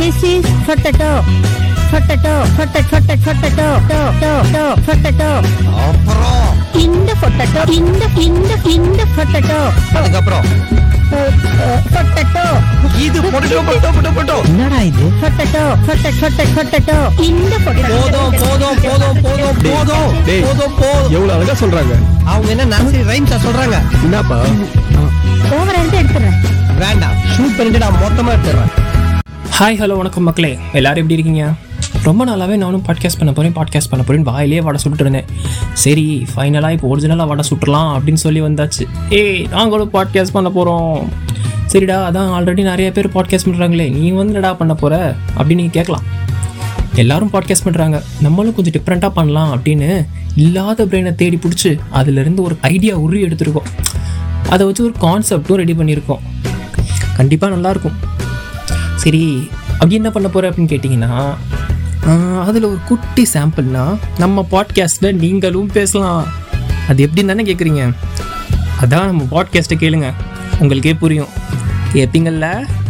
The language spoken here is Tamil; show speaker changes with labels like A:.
A: This is potato. Potato, potato, potato, potato, to, to, to, potato.
B: அப்புறம்
A: இந்த potato, இந்த, இந்த, இந்த potato.
B: அதுக்கப்புறம்
A: Uh, uh, potato,
B: இது பொட்டோ பொட்டோ பொட்டோ பொட்டோ என்னடா இது
A: potato, potato, potato, potato. இந்த potato.
B: போதும் போதும் போதும் போதும்
C: டேய்,
B: போதும்
C: டேய்.
B: போதும் போதும்
C: எவ்வளவு அழகா சொல்றாங்க
B: அவங்க என்ன நர்சரி ரைம்ஸா சொல்றாங்க
C: என்னப்பா
A: Over ஆ இருந்தா எடுத்துடுறேன்.
B: வேண்டாம் ஷூட் பண்ணிட்டு நான் மொத்தமா எடுத்துறேன்
D: ஹாய் ஹலோ வணக்கம் மக்களே எல்லாரும் எப்படி இருக்கீங்க ரொம்ப நாளாவே நானும் பாட்காஸ்ட் பண்ண போகிறேன் பாட்காஸ்ட் பண்ண போகிறேன் வாயிலே வடை சுட்டுட்டு இருந்தேன் சரி ஃபைனலாக இப்போ ஒரிஜினலாக வடை சுட்டுலாம் அப்படின்னு சொல்லி வந்தாச்சு ஏய் நாங்களும் பாட்காஸ்ட் பண்ண போகிறோம் சரிடா அதான் ஆல்ரெடி நிறைய பேர் பாட்காஸ்ட் பண்ணுறாங்களே நீ வந்து என்னடா பண்ண போகிற அப்படின்னு நீங்கள் கேட்கலாம் எல்லாரும் பாட்காஸ்ட் பண்ணுறாங்க நம்மளும் கொஞ்சம் டிஃப்ரெண்ட்டாக பண்ணலாம் அப்படின்னு இல்லாத பிரெயினை தேடி பிடிச்சி அதுலேருந்து ஒரு ஐடியா உருவி எடுத்திருக்கோம் அதை வச்சு ஒரு கான்செப்டும் ரெடி பண்ணியிருக்கோம் கண்டிப்பாக நல்லாயிருக்கும் சரி அப்படி என்ன பண்ண போகிற அப்படின்னு கேட்டிங்கன்னா அதில் ஒரு குட்டி சாம்பிள்னா நம்ம பாட்காஸ்ட்டில் நீங்களும் பேசலாம் அது எப்படின்னு தானே கேட்குறீங்க அதான் நம்ம பாட்காஸ்ட்டை கேளுங்க உங்களுக்கே புரியும் கேட்பீங்கள்ல